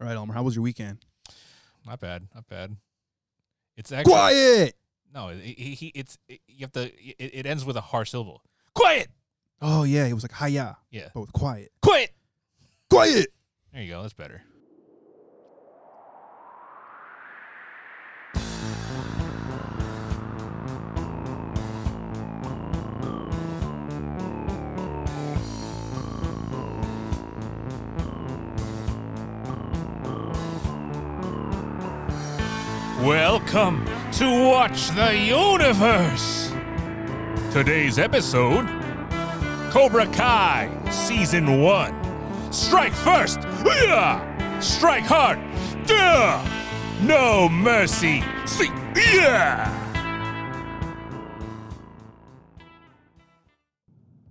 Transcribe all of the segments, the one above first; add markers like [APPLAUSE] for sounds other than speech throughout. All right, Elmer, how was your weekend? Not bad. Not bad. It's actually Quiet. no. He, he, he- it's you have to. It, it ends with a harsh syllable. Quiet. Oh yeah, it was like hiya, Yeah. but with quiet. Quiet. Quiet. There you go. That's better. Welcome to Watch the Universe. Today's episode Cobra Kai Season 1. Strike first! Yeah! Strike hard! Yeah! No mercy! See! Yeah!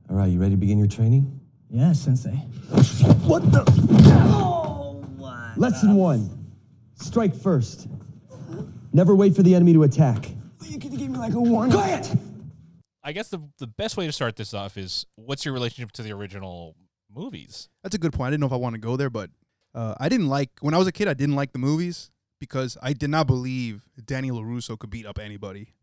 All right, you ready to begin your training? Yeah, Sensei. What the? Oh, what? Lesson one strike first. Never wait for the enemy to attack. You could give me like a warning. Quiet! I guess the, the best way to start this off is what's your relationship to the original movies? That's a good point. I didn't know if I want to go there, but uh, I didn't like when I was a kid. I didn't like the movies because I did not believe Danny Larusso could beat up [LAUGHS] anybody.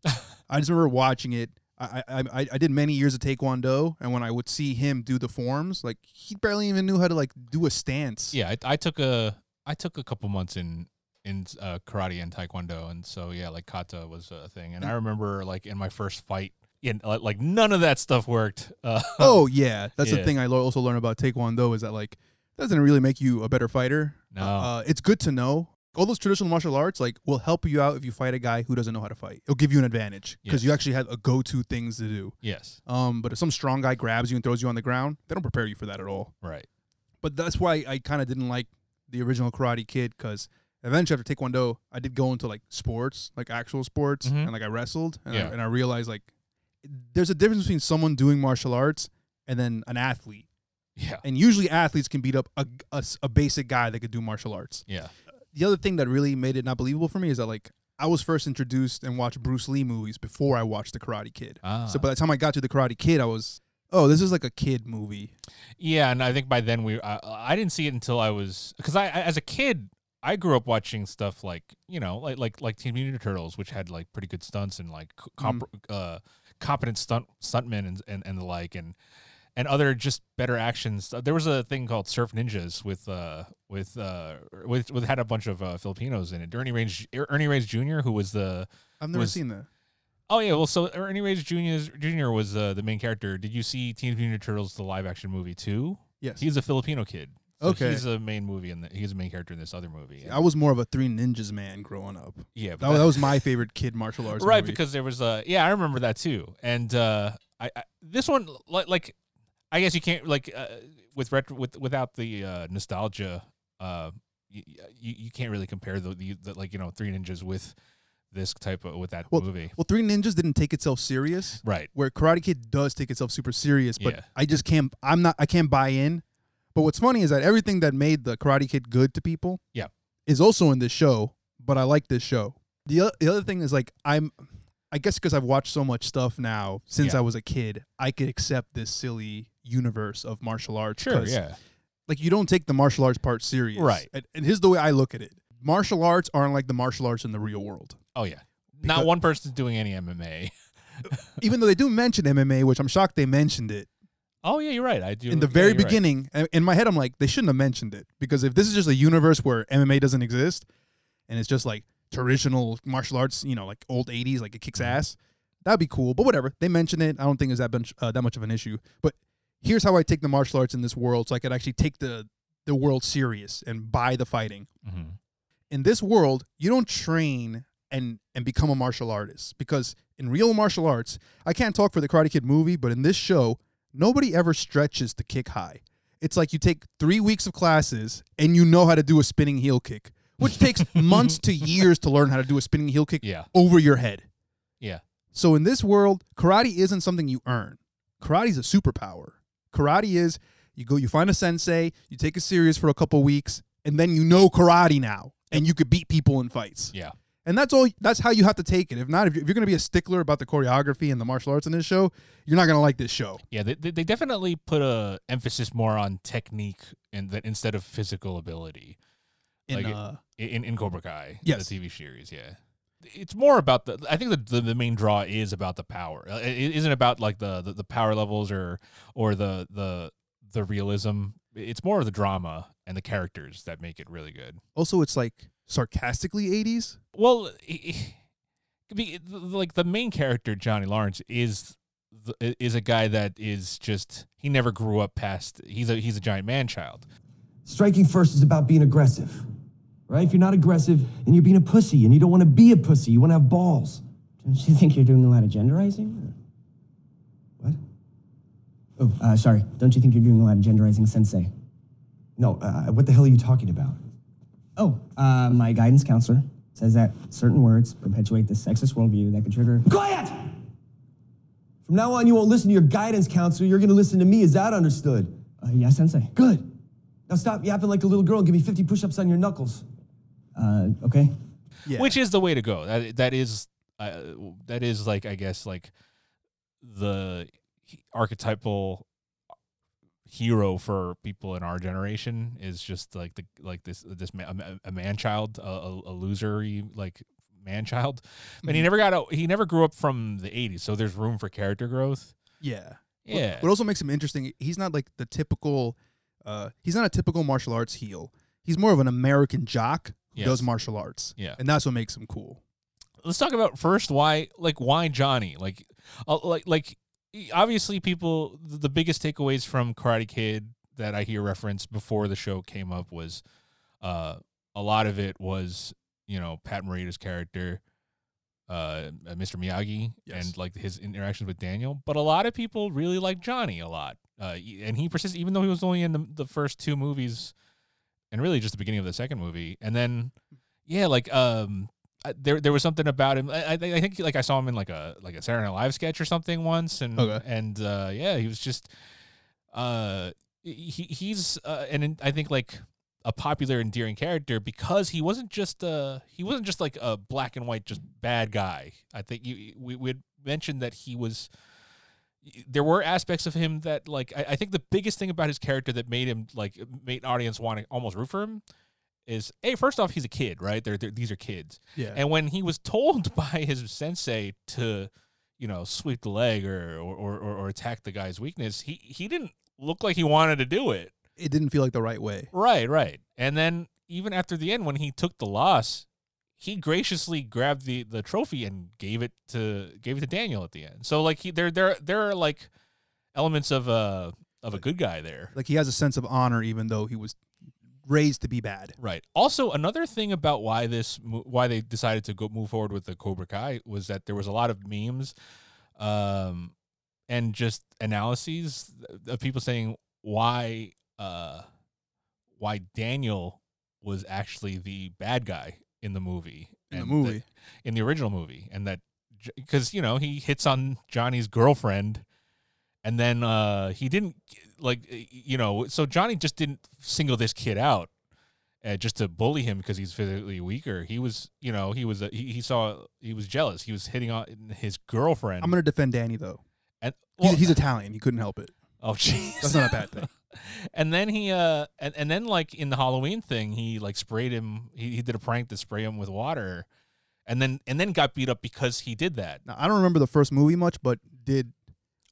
I just remember watching it. I, I I I did many years of Taekwondo, and when I would see him do the forms, like he barely even knew how to like do a stance. Yeah, I, I took a I took a couple months in in uh, karate and taekwondo, and so yeah, like kata was a thing, Mm. and I remember like in my first fight, and like like, none of that stuff worked. Uh, Oh yeah, that's the Yeah. thing I lo- also learned about Taekwondo is that like doesn't really make you a better fighter. [LAUGHS] No. uh, it's good to know all those traditional martial arts like will help you out if you fight a guy who doesn't know how to fight. It'll give you an advantage because you Yes. actually have a go-to things to do. yes, Um, but if some strong guy grabs you and throws you on the ground, they don't prepare you for that at all. right. But that's why I kind of didn't like the original Karate Kid because eventually after Taekwondo, I did go into like sports, like actual sports, Mhm. and like I wrestled, and, I, Yeah. and I realized like there's a difference between someone doing martial arts and then an athlete. Yeah, And usually athletes can beat up a, a s- a basic guy that could do martial arts. yeah. The other thing that really made it not believable for me is that like I was first introduced and watched Bruce Lee movies before I watched The Karate Kid. Ah. So by the time I got to The Karate Kid, I was, oh, this is like a kid movie. Yeah, and I think by then we I, I didn't see it until I was because I, I as a kid I grew up watching stuff like you know like like like Teen Mutant Ninja Turtles, which had like pretty good stunts and like c- comp- uh, competent stunt stuntmen and, and and the like and and other just better actions. There was a thing called Surf Ninjas with uh with uh with with had a bunch of uh, Filipinos in it. Ernie Reyes Ernie Reyes Jr. who was the I've never Was- seen that. Oh yeah, well, so Ernie Reyes Jr. Jr. was uh, the main character. Did you see Teenage Mutant Ninja Turtles: The Live Action Movie too? Yes. He's a Filipino kid. So Okay. He's a main movie in the, he's a main character in this other movie. I was more of a Three Ninjas man growing up. yeah, That, that was my favorite kid martial arts. right movie. because there was a yeah, I remember that too. And uh, I, I this one like, like I guess you can't like uh, with retro with without the uh, nostalgia uh, you, you you can't really compare the, the, the like you know Three Ninjas with this type of with that Well- movie. well, Three Ninjas didn't take itself serious. Right. Where Karate Kid does take itself super serious, but Yeah. I just can't. I'm not. I can't buy in. But what's funny is that everything that made the Karate Kid good to people, Yeah. is also in this show. But I like this show. the o- The other thing is like I'm, I guess because I've watched so much stuff now since Yeah. I was a kid, I could accept this silly universe of martial arts. 'cause Yeah. like you don't take the martial arts part serious Right. and, and here's the way i look at it martial arts aren't like the martial arts in the real world Oh yeah. Not Because- one person's doing any MMA. even though they do mention mma which i'm shocked they mentioned it Oh yeah, you're right. I do. in the yeah, very you're right. beginning I- in my head i'm like they shouldn't have mentioned it because if this is just a universe where mma doesn't exist and it's just like traditional martial arts you know like old 80s like it kicks Mm-hmm. ass that'd be cool but whatever they mention it i don't think it's that, bunch, uh, that much of an issue but here's how i take the martial arts in this world so i could actually take the the world serious and buy the fighting Mhm. in this world, you don't train and and become a martial artist because in real martial arts, I can't talk for the Karate Kid movie, but in this show, nobody ever stretches to kick high. It's like you take three weeks of classes and you know how to do a spinning heel kick, which takes months to years to learn how to do a spinning heel kick Yeah. over your head. Yeah. So in this world, karate isn't something you earn. Karate's a superpower. Karate is you go you find a sensei, you take it serious for a couple weeks, and then you know karate now and you could beat people in fights. Yeah. And that's all that's how you have to take it. If not if you're, if you're going to be a stickler about the choreography and the martial arts in this show, you're not going to like this show. Yeah. They, they, they definitely put a emphasis more on technique and that instead of physical ability. in Like it- uh, in in Cobra Kai, Yes. the TV series. Yeah, it's more about the. I think the the, the main draw is about the power. Uh, It isn't about like the, the the power levels or or the the the realism. It's more of the drama and the characters that make it really good. also it's like sarcastically 80s. Well, i- i- be- like the main character Johnny Lawrence is the, is a guy that is just he never grew up past. He's a he's a giant man child. Striking first is about being aggressive, right? If you're not aggressive, then you're being a pussy, and you don't want to be a pussy. You want to have balls. Don't you think you're doing a lot of genderizing? What? Oh, uh, sorry. Don't you think you're doing a lot of genderizing, Sensei? No, uh, what the hell are you talking about? Oh, uh, my guidance counselor says that certain words perpetuate the sexist worldview that could trigger. Quiet! From now on, you won't listen to your guidance counselor. You're going to listen to me. Is that understood? Uh, yeah, Sensei. Good. Now stop yapping like a little girl and give me 50 push ups on your knuckles. Uh, okay. Yeah. which is the way to go. That that is uh, that is like I guess like the he- archetypal uh, hero for people in our generation is just like the like this this ma- a, a man child a, a, a losery like man child but Mm-hmm. he never got out he never grew up from the 80s so there's room for character growth Yeah. What- yeah What, also makes him interesting, he's not like the typical uh he's not a typical martial arts heel. He's more of an American jock who does Yes. martial arts. Yeah. And that's what makes him cool. let's talk about first why like why Johnny like uh, like like obviously people th- the biggest takeaways from Karate Kid that I hear referenced before the show came up was uh a lot of it was you know Pat Morita's character uh Mr. Miyagi Yes. and like his interactions with Daniel but a lot of people really like Johnny a lot uh y- and he persists even though he was only in the, the first two movies and really just the beginning of the second movie and then yeah like um I- there there was something about him. I, I, I think like I saw him in like a like a Saturday Night Live sketch or something once, and Okay. and uh, yeah, he was just uh he he's uh, and I think like a popular endearing character because he wasn't just uh he wasn't just like a black and white just bad guy. I think you we we had mentioned that he was there were aspects of him that like I, I think the biggest thing about his character that made him like made an audience want to almost root for him is hey first off he's a kid right they're, they're these are kids Yeah. and when he was told [LAUGHS] by his sensei to, you know, sweep the leg or or, or, or attack the guy's weakness, he, he didn't look like he wanted to do it. it didn't feel like the right way. Right, right. And then even after the end, when he took the loss, he graciously grabbed the, the trophy and gave it to gave it to Daniel at the end. So like he there there there are like elements of a of a good guy there. Like he has a sense of honor even though he was raised to be bad. Right. Also, another thing about why this mo- why they decided to go move forward with the Cobra Kai was that there was a lot of memes, um, and just analyses of people saying why uh why Daniel was actually the bad guy in the movie In the and movie. that- in the original movie and that because you know he hits on Johnny's girlfriend and then uh he didn't like you know so Johnny just didn't single this kid out uh, just to bully him because he's physically weaker. He was, you know, he was a, he, he saw he was jealous. He was hitting on his girlfriend. I'm going to defend Danny though. and, He's, well, uh, he's Italian. He couldn't help it. [LAUGHS] oh jeez. That's not a bad thing. [LAUGHS] and then he uh and, and then like in the Halloween thing, he like sprayed him. He, he did a prank to spray him with water, and then and then got beat up because he did that. Now, I don't remember the first movie much, but did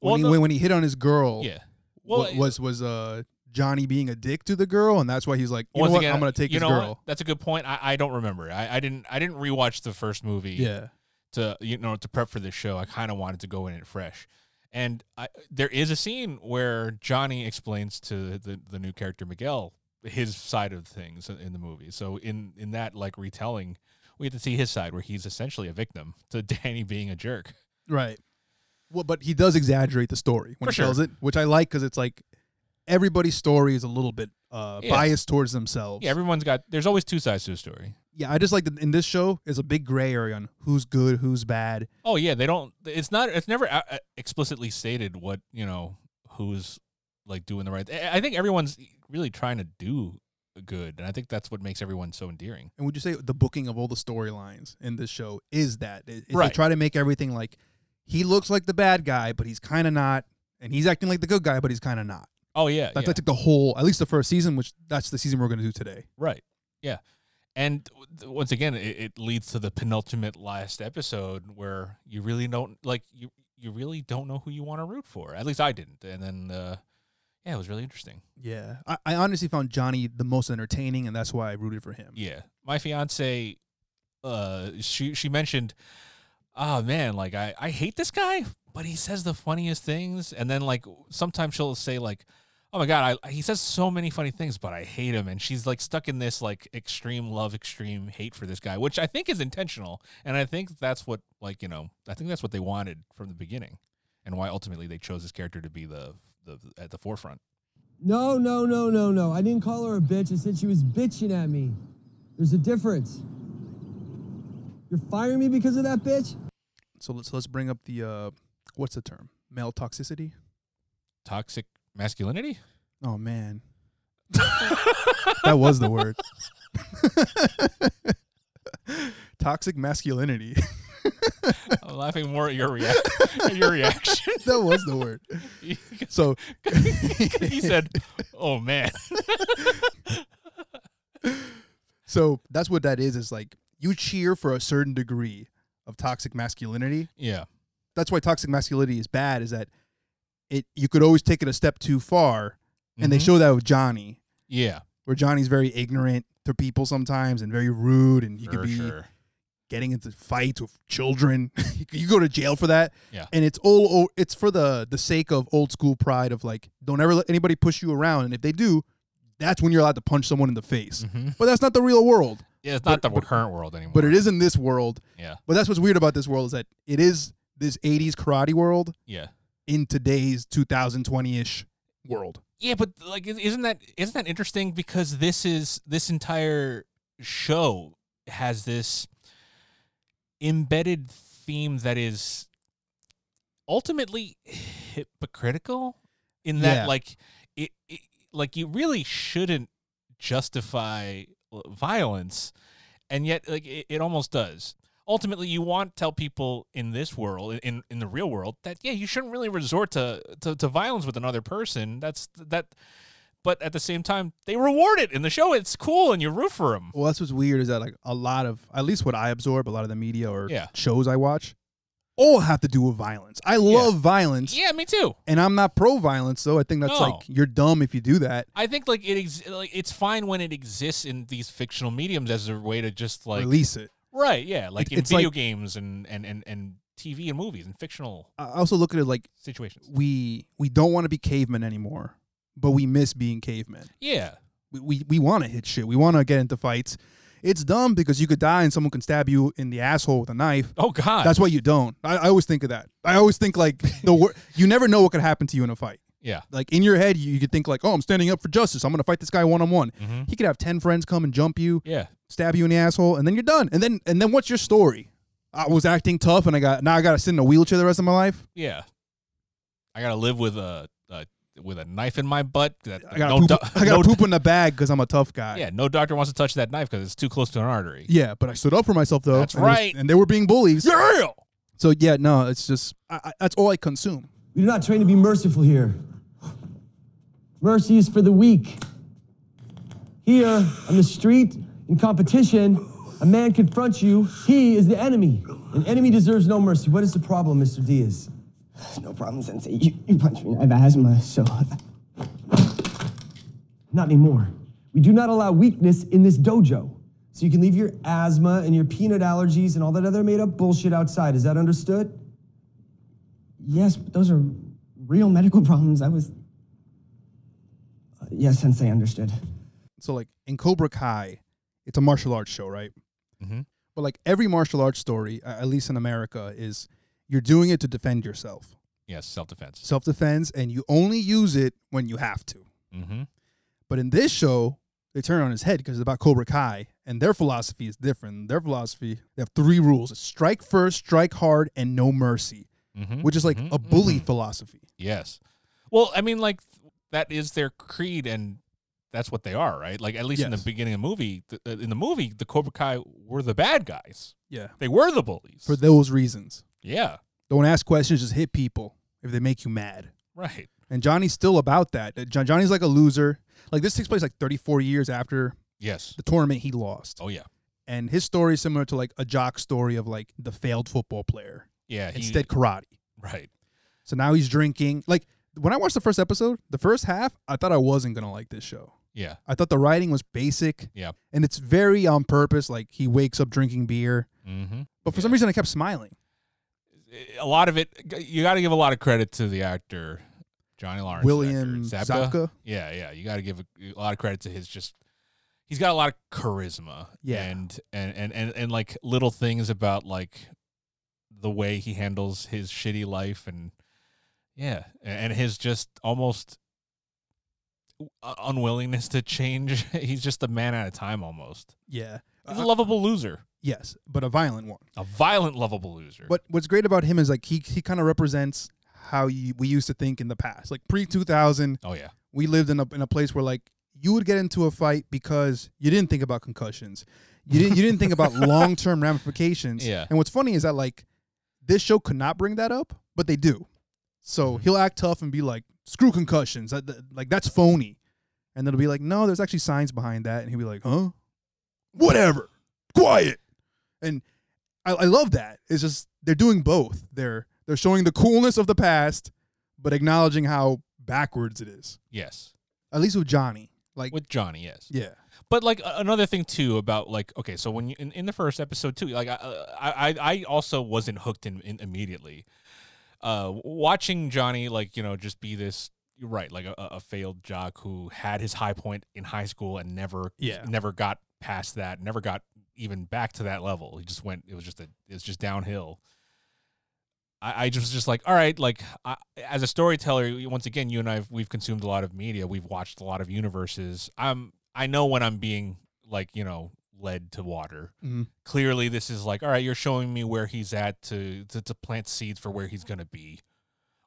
when, Well, he, no- when, when he hit on his girl, Yeah. wa- was was uh Johnny being a dick to the girl, and that's why he's like, you know once what, again, I'm gonna take his you know what? girl. That's a good point. I, I don't remember. I, I didn't I didn't rewatch the first movie. Yeah, to you know to prep for this show i kind of wanted to go in it fresh and I, there is a scene where johnny explains to the, the new character miguel his side of things in the movie so in in that like retelling we get to see his side where he's essentially a victim to [LAUGHS] danny being a jerk right. Well, but he does exaggerate the story when For he tells sure. it, which I like because it's like everybody's story is a little bit uh, Yeah. biased towards themselves. yeah everyone's got there's always two sides to a story yeah. I just like that in this show is a big gray area on who's good, who's bad. oh yeah they don't it's not it's never uh, uh, explicitly stated what you know who's like doing the right I i think everyone's really trying to do good and i think that's what makes everyone so endearing And would you say the booking of all the storylines in this show is that? Is is Right. They try to make everything like he looks like the bad guy, but he's kind of not, and he's acting like the good guy, but he's kind of not. oh yeah That's yeah. I think the whole, at least the first season, which that's the season we're going to do today. Right. Yeah. And th- once again, it, it leads to the penultimate last episode where you really don't like you. You really don't know who you want to root for. At least I didn't. And then, uh, yeah, it was really interesting. Yeah, I, I honestly found Johnny the most entertaining, and that's why I rooted for him. Yeah, my fiance, uh, she she mentioned, oh man, like I I hate this guy, but he says the funniest things, and then like sometimes she'll say like. Oh my god! I, he says so many funny things, but I hate him, and she's like stuck in this like extreme love, extreme hate for this guy, which I think is intentional, and I think that's what like you know, I think that's what they wanted from the beginning, and why ultimately they chose this character to be the the at the forefront. No, no, no, no, no. I didn't call her a bitch. I said she was bitching at me. There's a difference. You're firing me because of that bitch? So let's let's bring up the uh, what's the term? Male toxicity. Toxic masculinity. Oh man, that was the word. [LAUGHS] Toxic masculinity. [LAUGHS] I'm laughing more at your react at [LAUGHS] your reaction. that was the word. So [LAUGHS] he said, "Oh man, so that's what that is. Is like you cheer for a certain degree of toxic masculinity. yeah, That's why toxic masculinity is bad. Is that it? You could always take it a step too far, and they Mhm. show that with Johnny, yeah, where Johnny's very ignorant to people sometimes and very rude, and he for could be sure, getting into fights with children. [LAUGHS] you go to jail for that. Yeah. And it's all o- it's for the the sake of old school pride of like don't ever let anybody push you around and if they do, that's when you're allowed to punch someone in the [LAUGHS] face. Mhm. But that's not the real world. yeah." It's not But- the but- current world anymore, But it is in this world. Yeah, But that's what's weird about this world is that it is this 80s karate world yeah, in today's 2020ish world. yeah. But like, is- isn't that isn't that interesting? Because this is this entire show has this embedded theme that is ultimately hypocritical in that Yeah. like it, it like you really shouldn't justify l- violence and yet like it, it almost does ultimately you want to tell people in this world in in the real world that yeah you shouldn't really resort to to, to violence with another person that's that but at the same time they reward it in the show it's cool and you root for them Well, that's what's weird is that like a lot of at least what I absorb, a lot of the media or Yeah. shows I watch all have to do with violence. I love violence. yeah me too And I'm not pro violence, though. I think that's No. like you're dumb if you do that. I think like it ex- like it's fine when it exists in these fictional mediums as a way to just like Release it. right, yeah, like It- in it's video like- games and and and and TV and movies and fictional I also look at it like situations. we we don't want to be cavemen anymore, but we miss being cavemen. Yeah, We we, we want to hit shit. We want to get into fights. It's dumb because you could die and someone can stab you in the asshole with a knife. Oh God. That's why you don't. I, I always think of that. I always think like the wor- you never know what could happen to you in a fight. yeah. Like in your head, you, you could think like, oh, I'm standing up for justice. I'm gonna fight this guy one on one. Mhm. He could have ten friends come and jump you. Yeah. stab you in the asshole, and then you're done. And then and then what's your story? I was acting tough, and I got now I got to sit in a wheelchair the rest of my life. Yeah. I gotta live with a, a with a knife in my butt. That, I got no to doc- poop, [LAUGHS] I got no- to poop in the bag because I'm a tough guy. Yeah, no doctor wants to touch that knife because it's too close to an artery. Yeah, but I stood up for myself though. That's and it was- right. and they were being bullies. Yeah. So yeah, no, it's just I, I, that's all I consume. We do not train to be merciful here. Mercy is for the weak. Here, on the street, in competition, a man confronts you. He is the enemy. An enemy deserves no mercy. What is the problem, Mr. Diaz? No problem, Sensei. You, you punch me. I have asthma, so. Not anymore. We do not allow weakness in this dojo. So you can leave your asthma and your peanut allergies and all that other made up bullshit outside. Is that understood? Yes, but those are real medical [LAUGHS] problems. I was. Uh, yes, Sensei understood. So like in Cobra Kai, it's a martial arts show, right? Mhm. But like every martial arts story, a- at least in America, is you're doing it to defend yourself, Yes, self defense. self defense, and you only use it when you have to. Mm-hmm. But in this show, they turn it on his head because it's about Cobra Kai, and their philosophy is different. Their philosophy, they have three rules it's strike first, strike hard, and no mercy, Mm-hmm. which is like a bully philosophy. Yes. Well, I mean, like th- that is their creed, and that's what they are, right? Like at least in the Yes. beginning of the movie, th- uh, in the movie, the Cobra Kai were the bad guys. Yeah. They were the bullies. For those reasons. yeah. Don't ask questions, just hit people if they make you mad. Right. And Johnny's still about that. Uh, John- Johnny's like a loser. Like this takes place like 34 years after Yes. the tournament he lost. Oh yeah. And his story is similar to like a jock story of like the failed football player. Yeah. he- Instead karate. Right. So now he's drinking. Like when I watched the first episode, the first half, I thought I wasn't gonna like this show. Yeah. I thought the writing was basic. Yeah. And it's very on purpose. Like he wakes up drinking beer. Mm-hmm. But for some reason I kept smiling. A lot of it, you got to give a lot of credit to the actor Johnny Lawrence. William the actor, Zabka. Yeah, yeah. You got to give a, a lot of credit to his just. He's got a lot of charisma. Yeah. And and and and, and like little things about like the way he handles his shitty life and yeah and and his just almost u- unwillingness to change [LAUGHS] he's just a man out of time almost Yeah. he's Uh, a lovable loser yes, but a violent one. a violent lovable loser But what's great about him is like he he kind of represents how you, we used to think in the past. Like pre 2000, oh yeah we lived in a in a place where like you would get into a fight because you didn't think about concussions. You didn't you didn't think about long term ramifications. Yeah. And what's funny is that like this show could not bring that up, but they do. So he'll act tough and be like, "Screw concussions, that, that- like that's phony," and it'll be like, "No, there's actually science behind that," and he'll be like, "Huh? Whatever, quiet." And I, I love that. It's just they're doing both. They're they're showing the coolness of the past, but acknowledging how backwards it is yes at least with Johnny. Like, with johnny yes yeah, but like a- another thing too about like okay so when you in, in the first episode too like i uh, i i I also wasn't hooked in, in immediately uh watching johnny like you know just be this you're right like a, a failed jock who had his high point in high school and never Yeah. never got past that never got even back to that level he just went it was just a it's just downhill I, I just was just like, all right, like I, as a storyteller, once again, you and I we've consumed a lot of media, we've watched a lot of universes. I'm I know when I'm being like you know led to water. Mhm. Clearly, this is like, all right, you're showing me where he's at to to, to plant seeds for where he's gonna be,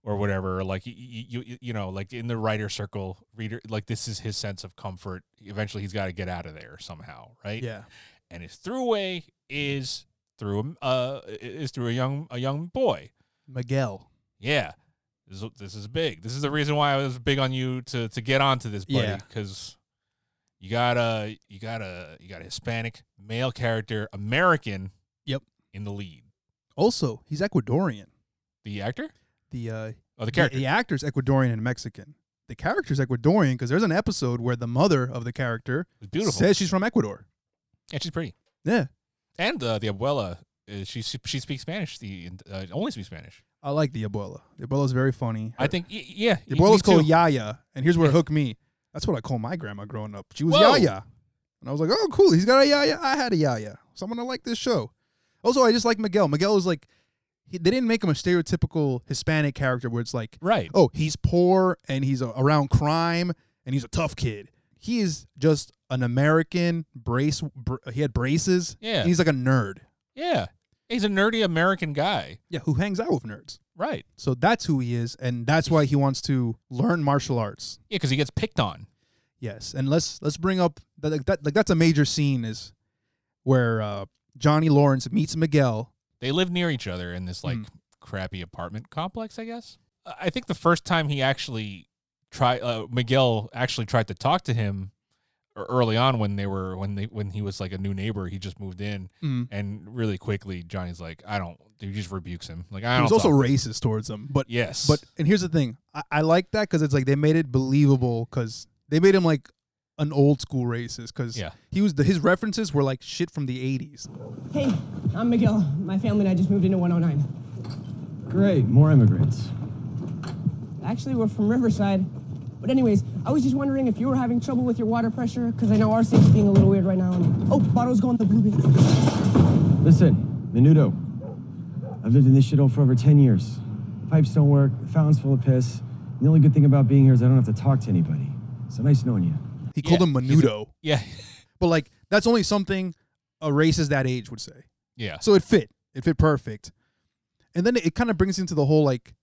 or whatever. Like you, you you know like in the writer circle, reader like this is his sense of comfort. Eventually, he's got to get out of there somehow, right? yeah, and his throughway is through a uh, is through a young a young boy. Miguel. Yeah, this is, this is big. This is the reason why I was big on you to to get onto this, buddy, Yeah. because you got a you got a you got a Hispanic male character, American. Yep. in the lead, Also, he's Ecuadorian. the actor The uh, or the character. the, actor's Ecuadorian and Mexican. The character's Ecuadorian because there's an episode where the mother of the character It's beautiful, says she's from Ecuador. and she's pretty. Yeah, And uh, the abuela, uh, she she she speaks Spanish. The uh, only speaks Spanish. I like the abuela. The abuela's very funny. I think. y- Yeah, the me abuela's too. called Yaya, and here's where it [LAUGHS] hooked me. That's what I call my grandma growing up. She was Whoa. Yaya, and I was like, oh, cool. He's got a Yaya. I had a Yaya. So I'm gonna like this show. Also, I just like Miguel. Miguel is like, he, they didn't make him a stereotypical Hispanic character where it's like, Right. oh, he's poor and he's uh, around crime and he's a tough kid. He is just an American brace. Br- he had braces. Yeah. And he's like a nerd. Yeah. He's a nerdy American guy. Yeah. Who hangs out with nerds. Right. So that's who he is. And that's why he wants to learn martial arts. Yeah, because he gets picked on. Yes. And let's, let's bring up that, like, that, like, that's a major scene is where, uh, Johnny Lawrence meets Miguel. They live near each other in this like Hmm. crappy apartment complex, I guess. I- I think the first time he actually try uh, Miguel actually tried to talk to him e- early on when they were when they when he was like a new neighbor, he just moved in Mm. and really quickly Johnny's like, I don't he just rebukes him. Like I He don't was also talk- racist towards him, but Yes. But and here's the thing, I, I like that because it's like they made it believable because they made him like an old school racist because Yeah. he was the, his references were like shit from the 80s. Hey, I'm Miguel. My family and I just moved into 109. Great, more immigrants. Actually, we're from Riverside. But anyways, I was just wondering if you were having trouble with your water pressure, because I know our sink's being a little weird right now. And, oh, bottle's going to the blue bin. Listen, Menudo. I've lived in this shithole for over 10 years. Pipes don't work, the fountain's full of piss. And the only good thing about being here is I don't have to talk to anybody. So nice knowing you. He called Yeah, him he's a- Menudo, [LAUGHS] yeah. but like that's only something a racist that age would say. yeah. So it fit, it fit perfect. And then it, kind of brings into the whole like,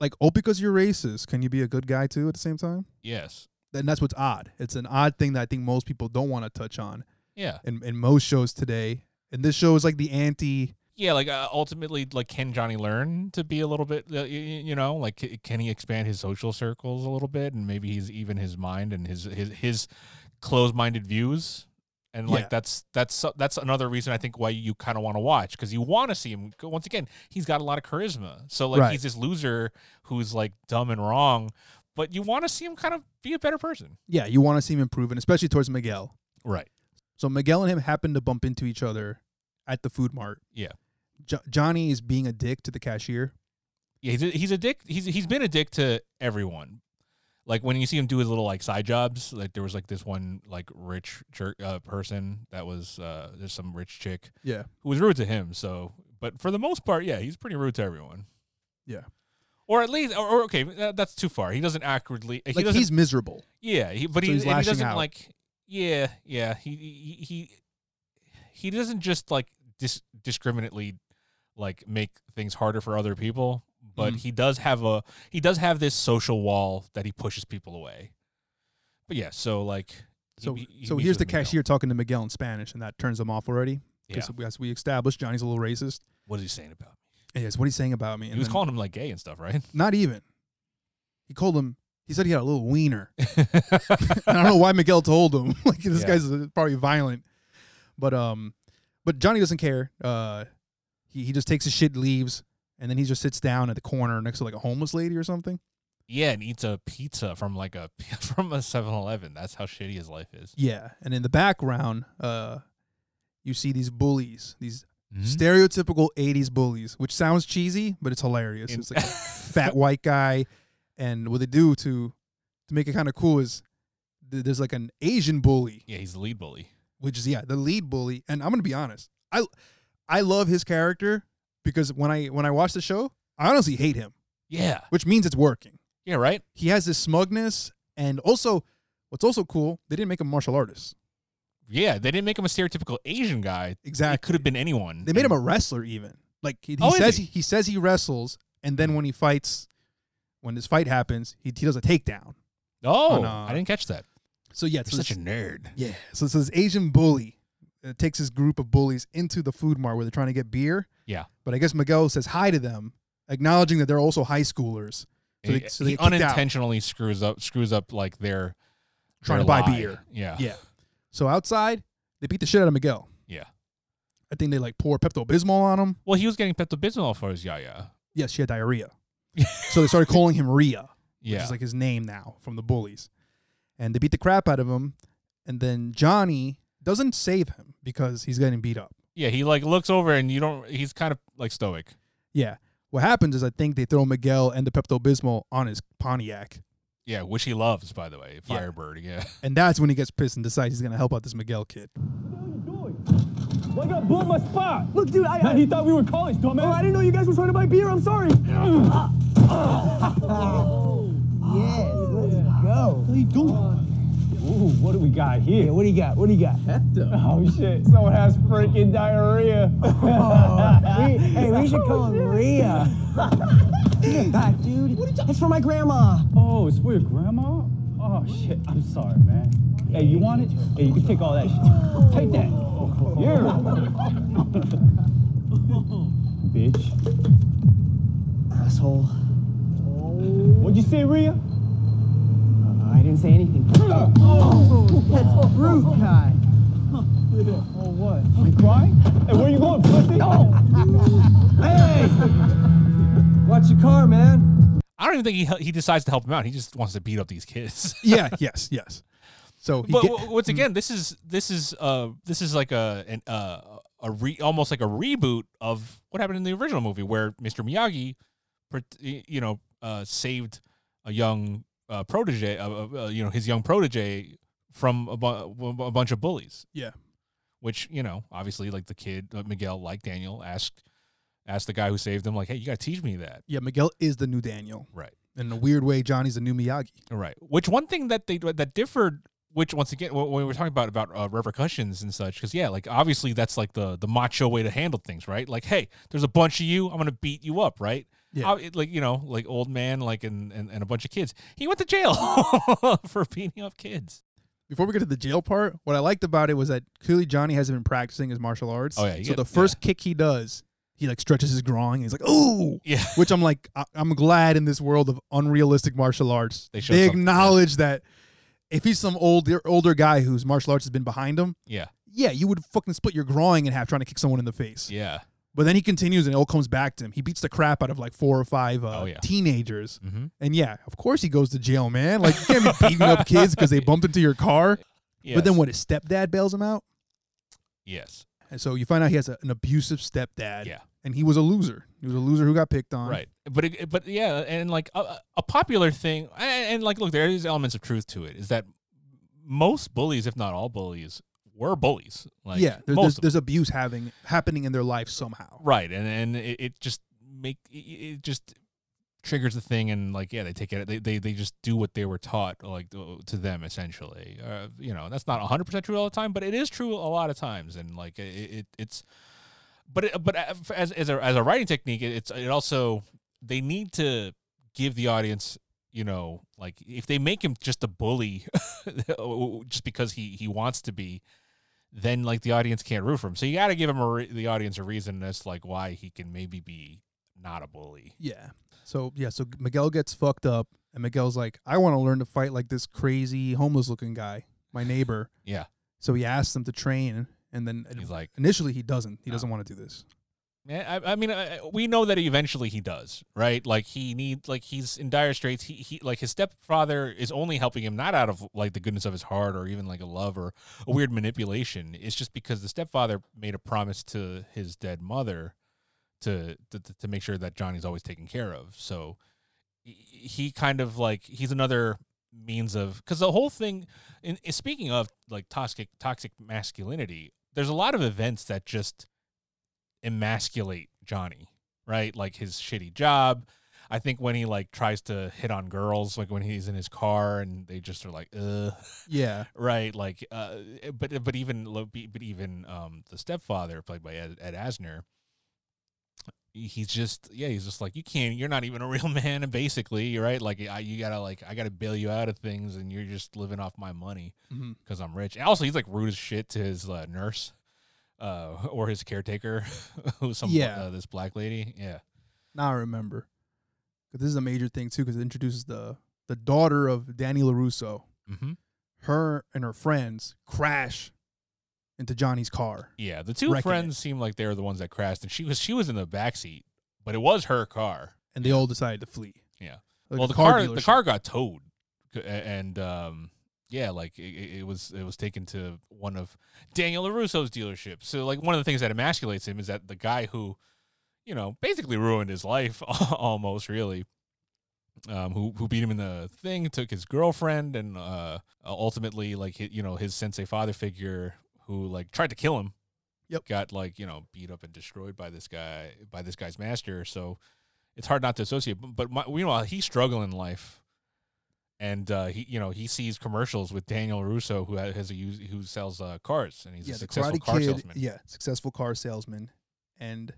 like oh because you're racist, can you be a good guy too at the same time? Yes. And that's what's odd. It's an odd thing that I think most people don't want to touch on Yeah. in, in most shows today. And this show is like the anti yeah like uh, ultimately like can johnny learn to be a little bit uh, y- y- you know like c- can he expand his social circles a little bit and maybe he's even his mind and his his his closed-minded views and Yeah. like that's that's uh, that's another reason I think why you kind of want to watch because you want to see him. go- Once again, he's got a lot of charisma, so like Right. he's this loser who's like dumb and wrong, but you want to see him kind of be a better person. Yeah, you want to see him improving, especially towards Miguel. Right. So Miguel and him happen to bump into each other at the food mart. Yeah. Jo- Johnny is being a dick to the cashier. Yeah. He's a, he's a dick. He's he's been a dick to everyone. Like when you see him do his little like side jobs, like there was like this one like rich jerk uh, person that was uh there's some rich chick Yeah. who was rude to him. So, but for the most part, yeah, he's pretty rude to everyone. Yeah. Or at least, or, or okay, that, that's too far. He doesn't accurately. He Like doesn't. he's miserable. yeah, he, but so he, he's and he lashing doesn't out. like. Yeah, yeah. He he he he doesn't just like dis- discriminately like make things harder for other people. But Mhm. he does have a he does have this social wall that he pushes people away. But yeah, so like. he- So he- he so meets here's the with Miguel. cashier talking to Miguel in Spanish, and that turns him off already. Because as we established, Johnny's a little racist. What is he saying about? And yes, what he's saying about me. He and was then- calling him like gay and stuff, right? Not even. He called him. He said he had a little wiener. [LAUGHS] and I don't know why Miguel told him. [LAUGHS] Like this Yeah. guy's uh, probably violent. But um, but Johnny doesn't care. Uh, he he just takes his shit, leaves, and then he just sits down at the corner next to like a homeless lady or something. Yeah, and eats a pizza from like a [LAUGHS] from a 7-Eleven. That's how shitty his life is. Yeah, and in the background, uh, you see these bullies, these Mhm. stereotypical '80s bullies, which sounds cheesy, but it's hilarious. In- it's like a fat white guy, and what they do to to make it kind of cool is th- there's like an Asian bully [LAUGHS] yeah, he's the lead bully. which is yeah the lead bully and i'm gonna be honest i i love his character because when i when i watch the show i honestly hate him Yeah, which means it's working yeah, right. he has this smugness and also what's also cool they didn't make him a martial artist Yeah, they didn't make him a stereotypical Asian guy. exactly It could have been anyone. they made him a wrestler even like he, he Oh, is says he? he? he says he wrestles and then when he fights when this fight happens he, he does a takedown Oh, on, uh, I didn't catch that. so yeah so You're such a this- nerd. yeah so, so this asian bully uh, takes his group of bullies into the food mart where they're trying to get beer Yeah, But I guess Miguel says hi to them, acknowledging that they're also high schoolers. So he, they, so they he get kicked out unintentionally screws up screws up like their trying their to buy lie. beer. Yeah, Yeah. So outside, they beat the shit out of Miguel. yeah. I think they like pour Pepto Bismol on him. Well, he was getting Pepto Bismol for his yaya. Yes, she had diarrhea. [LAUGHS] so they started calling him Rhea, which Yeah, is like his name now from the bullies. And they beat the crap out of him. And then Johnny doesn't save him because he's getting beat up. yeah. He like looks over and you don't. He's kind of like stoic. Yeah. What happens is I think they throw Miguel and the Pepto Bismol on his Pontiac. Yeah, which he loves, by the way. Yeah. Firebird. Yeah. [LAUGHS] And that's when he gets pissed and decides he's going to help out this Miguel kid. Why you gotta blow up my spot? Look, dude, I. Man, I he thought we were college, dumbass. Oh, I didn't know you guys were trying to buy beer. I'm sorry. yes, let's go. What are you doing? Ooh, what do we got here? What do you got? What do you got? Oh shit, someone has freaking diarrhea. [LAUGHS] Oh, Oh, We- hey, we should call him Rhea. Get back, dude. It's for my grandma. Uh, oh, it's for your grandma? Oh shit, I'm sorry, man. Hey, you want it? Hey, you can take all that shit. Take that. Here. [LAUGHS] Bitch. Asshole. What'd you say, Rhea? I didn't say anything. Oh, That's Bruce Kai. Oh, what? You crying? Hey, where you going, pussy? No. hey! Watch your car, man. I don't even think he hel- he decides to help him out. He just wants to beat up these kids. [LAUGHS] yeah, yes, yes. So he but get- w- once again, this is this is uh this is like a an, uh, a re almost like a reboot of what happened in the original movie where Mr. Miyagi, pr- you know, uh, saved a young uh, protege, uh, uh, uh, you know, his young protege from a, bu- a bunch of bullies. Yeah. which you know, obviously, like the kid uh, Miguel, like Daniel, asked asked the guy who saved him, like, hey, you gotta teach me that, yeah, Miguel is the new Daniel. right? In a weird way, Johnny's the new Miyagi. Right. Which one thing that they that differed, which once again, when we were talking about about uh, repercussions and such, because yeah, like obviously that's like the the macho way to handle things, right? Like, hey, there's a bunch of you, I'm gonna beat you up, right? Yeah. Ob- it- like you know, like old man, like and and, and a bunch of kids. He went to jail [LAUGHS] for beating up kids. Before we get to the jail part, what I liked about it was that clearly Johnny hasn't been practicing his martial arts. Oh, yeah, you So get- the first kick he does, he like stretches his groin and he's like, "Ooh." Yeah. Which I'm like, I- I'm glad in this world of unrealistic martial arts, They they, showed something, yeah. acknowledge that if he's some older older guy whose martial arts has been behind him, Yeah. yeah, you would fucking split your groin in half trying to kick someone in the face. Yeah. But then he continues and it all comes back to him. He beats the crap out of like four or five uh, Oh, yeah. Mm-hmm. teenagers. And yeah, of course he goes to jail, man. Like, you can't be beating up kids because they bumped into your [LAUGHS] car. But then Yes. what? His stepdad bails him out. Yes. And so you find out he has a, an abusive stepdad. Yeah. And he was a loser. He was a loser who got picked on. Right. But it, but yeah, and like a, a popular thing, and, and like look, there is elements of truth to it. Is that most bullies, if not all bullies, were bullies. Like yeah. There, most there's, of them. there's abuse having happening in their life somehow. right and and it, it just make it- it just triggers the thing and like yeah they take it they they, they just do what they were taught like to to them essentially uh, you know that's not 100% true all the time but it is true a lot of times and like it, it it's but it, but uh, as as a, as a writing technique it, it's it also they need to give the audience you know like if they make him just a bully [LAUGHS] just because he he wants to be then like the audience can't root for him. So you got to give him a re- the audience a reason as to, like why he can maybe be not a bully. Yeah. So, yeah. So Miguel gets fucked up. And Miguel's like, I want to learn to fight like this crazy homeless looking guy, my neighbor. Yeah, So he asks them to train, and then He's like- initially he doesn't. He doesn't want to do this. yeah. Eh, I, I mean, I, I- we know that eventually he does, right? Like he need like he's in dire straits. He he like his stepfather is only helping him not out of like the goodness of his heart or even like a love or a weird manipulation. It's just because the stepfather made a promise to his dead mother to to, to make sure that Johnny's always taken care of. So he- he kind of like he's another means of because the whole thing. In, in- speaking of like toxic toxic masculinity, there's a lot of events that just emasculate Johnny, right? Like his shitty job. I think when he like tries to hit on girls, like when he's in his car and they just are like, ugh Yeah, right like uh but but even lo- be- but even um the stepfather played by ed, ed asner he's just yeah he's just like you can't you're not even a [LAUGHS] real man and basically you're right like I, you gotta like i gotta bail you out of things and you're just living off my money Mhm. because i'm rich and also he's like rude as shit to his uh, nurse uh [LAUGHS] or his caretaker [LAUGHS] who's some Yeah. uh, this black lady yeah now I remember. 'Cause This is a major thing too, because it introduces the the daughter of Danny Larusso. mm-hmm. Her and her friends crash into Johnny's car. yeah the two Wrecking it. friends seem like they were the ones that crashed and she was she was in the back seat but it was her car and they all decided to flee. Yeah. Like well, a the car, the dealership. car got towed, C- a- and um, yeah, like it- it, it was it was taken to one of Daniel Larusso's dealerships. So like one of the things that emasculates him is that the guy who, you know, basically ruined his life [LAUGHS] almost really. Um, who who beat him in the thing took his girlfriend and uh ultimately like hi- you know his sensei father figure who like tried to kill him Yep. got like you know beat up and destroyed by this guy by this guy's master so it's hard not to associate. But, but my, you know, he's struggling in life, and uh, he, you know, he sees commercials with Daniel Russo, who ha- has a use, who sells uh, cars, and he's yeah, a the successful Karate car Kid. salesman. Yeah, successful car salesman. And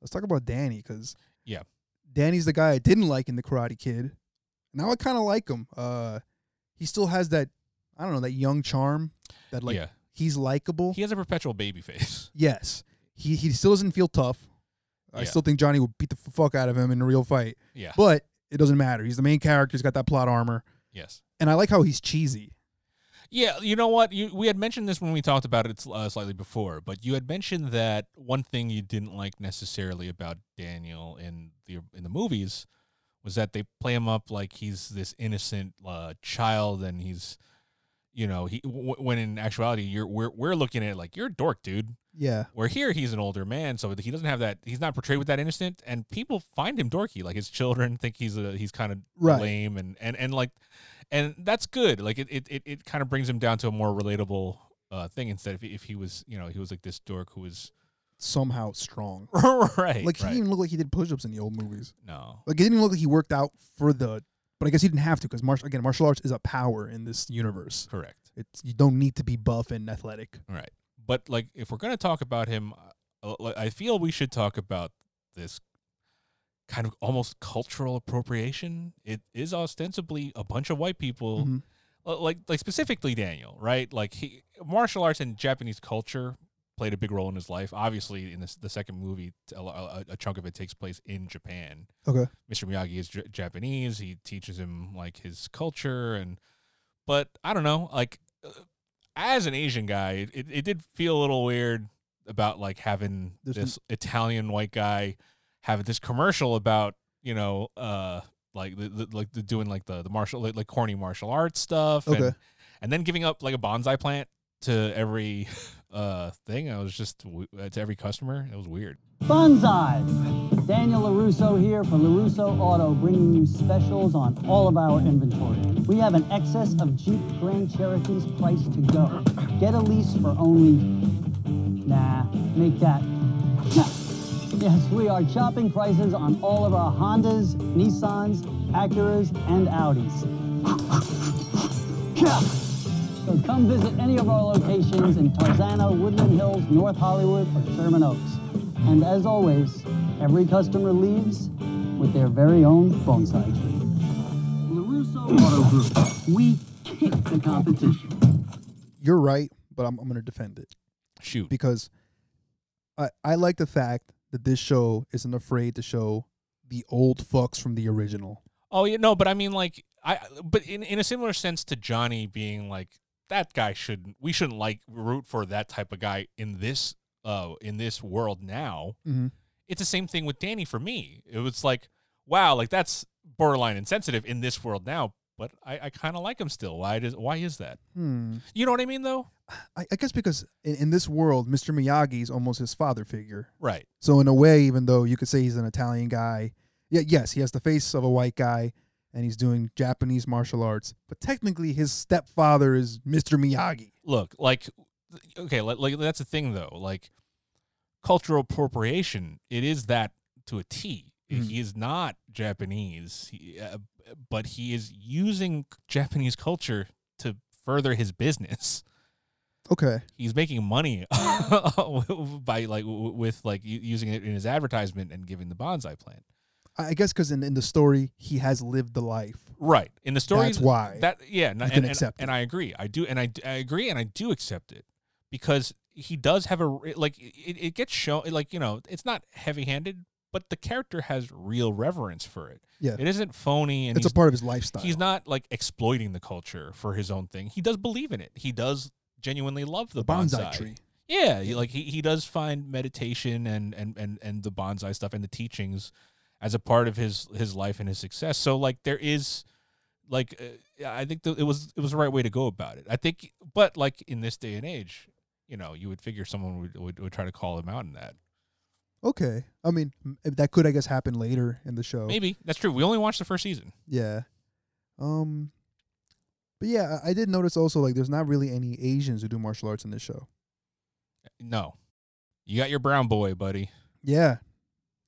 let's talk about Danny, because Yeah. Danny's the guy I didn't like in the Karate Kid. Now I kind of like him. Uh, he still has that, I don't know, that young charm. That like Yeah. he's likable. He has a perpetual baby face. yes, he he still doesn't feel tough. I Yeah. still think Johnny would beat the f- fuck out of him in a real fight, [LAUGHS] Yeah. but it doesn't matter. He's the main character. He's got that plot armor, yes. and I like how he's cheesy. Yeah, you know what? You, we had mentioned this when we talked about it uh, slightly before, but you had mentioned that one thing you didn't like necessarily about Daniel in the in the movies was that they play him up like he's this innocent uh, child, and he's, you know, he w- when in actuality you're we're we're looking at it like you're a dork, dude. Yeah, Where here he's an older man, so he doesn't have that. He's not portrayed with that innocent, and people find him dorky. Like his children think he's a he's kind of Right. lame, and and and like, and that's good. Like it it it, it kind of brings him down to a more relatable uh, thing instead of if he was you know he was like this dork who was somehow strong. [LAUGHS] right Like he right. didn't even look like he did push-ups in the old movies. [LAUGHS] no Like it didn't even look like he worked out for the. But I guess he didn't have to because martial again martial arts is a power in this universe. correct It's you don't need to be buff and athletic. right. But like if we're gonna talk about him, uh, uh, I feel we should talk about this kind of almost cultural appropriation. It is ostensibly a bunch of white people. Mhm. Well, uh, like like specifically Daniel, right? Like he martial arts and Japanese culture played a big role in his life. Obviously, in this, the second movie, t- a, lo- a- a chunk of it takes place in Japan. Okay. Mr. Miyagi is J- Japanese. He teaches him like his culture and, but I don't know, like. uh, as an Asian guy, it, it did feel a little weird about like having There's this Italian white guy have this commercial about you know uh like the, the like the doing like the the martial like, like corny martial arts stuff and, Okay. and then giving up like a bonsai plant to every [LAUGHS] uh thing. I was just w- to every customer. It was weird. Bonsai! Daniel LaRusso here from LaRusso Auto, bringing you specials on all of our inventory. We have an excess of Jeep Grand Cherokee's price to go. Get a lease for only. Nah, make that. [LAUGHS] Yes, we are chopping prices on all of our Hondas, Nissans, Acuras, and Audis. [LAUGHS] So come visit any of our locations in Tarzana, Woodland Hills, North Hollywood, or Sherman Oaks. And as always, every customer leaves with their very own bonsai tree. LaRusso Auto Group. We kick the competition. You're right, but I'm, I'm going to defend it Shoot. because I, I like the fact that this show isn't afraid to show the old fucks from the original. Oh yeah, no, but I mean like I but in, in a similar sense to Johnny being like that guy shouldn't we shouldn't like root for that type of guy in this uh in this world now. Mhm. It's the same thing with Danny for me. It was like wow, like that's borderline insensitive in this world now, but I, I kind of like him still. Why does why is that? Hmm. You know what I mean though? I, I guess because in, in this world, Mr. Miyagi's almost his father figure. Right. So in a way, even though you could say he's an Italian guy, yeah, yes, he has the face of a white guy, and he's doing Japanese martial arts. But technically, his stepfather is Mr. Miyagi. look like okay like, like that's the thing though like cultural appropriation it is that to a t he is not japanese he, uh, but he is using japanese culture to further his business Okay, he's making money [LAUGHS] by like w- with like u- using it in his advertisement and giving the bonsai plant I I guess because in, in the story, he has lived the life. Right. In the story, That's why That yeah, and, can and, accept and, it. I agree. I do, and I, I agree, and I do accept it because he does have a re- like. It, it gets shown like you know it's not heavy handed, but the character has real reverence for it. Yeah. it isn't phony, and it's a he's, part of his lifestyle. he's not like exploiting the culture for his own thing. He does believe in it. He does genuinely love the, the bonsai, tree. yeah, he- like he, he does find meditation and, and and and the bonsai stuff and the teachings as a part of his his life and his success. So like there is like uh, I think th- it was it was the right way to go about it. I think, but like in this day and age, you know, you would figure someone would would, would try to call him out in that. Okay, I mean m- that could I guess happen later in the show. Maybe that's true. We only watched the first season. Yeah. Um. But yeah, I I did notice also like there's not really any Asians who do martial arts in this show. No, you got your brown boy, buddy, Yeah,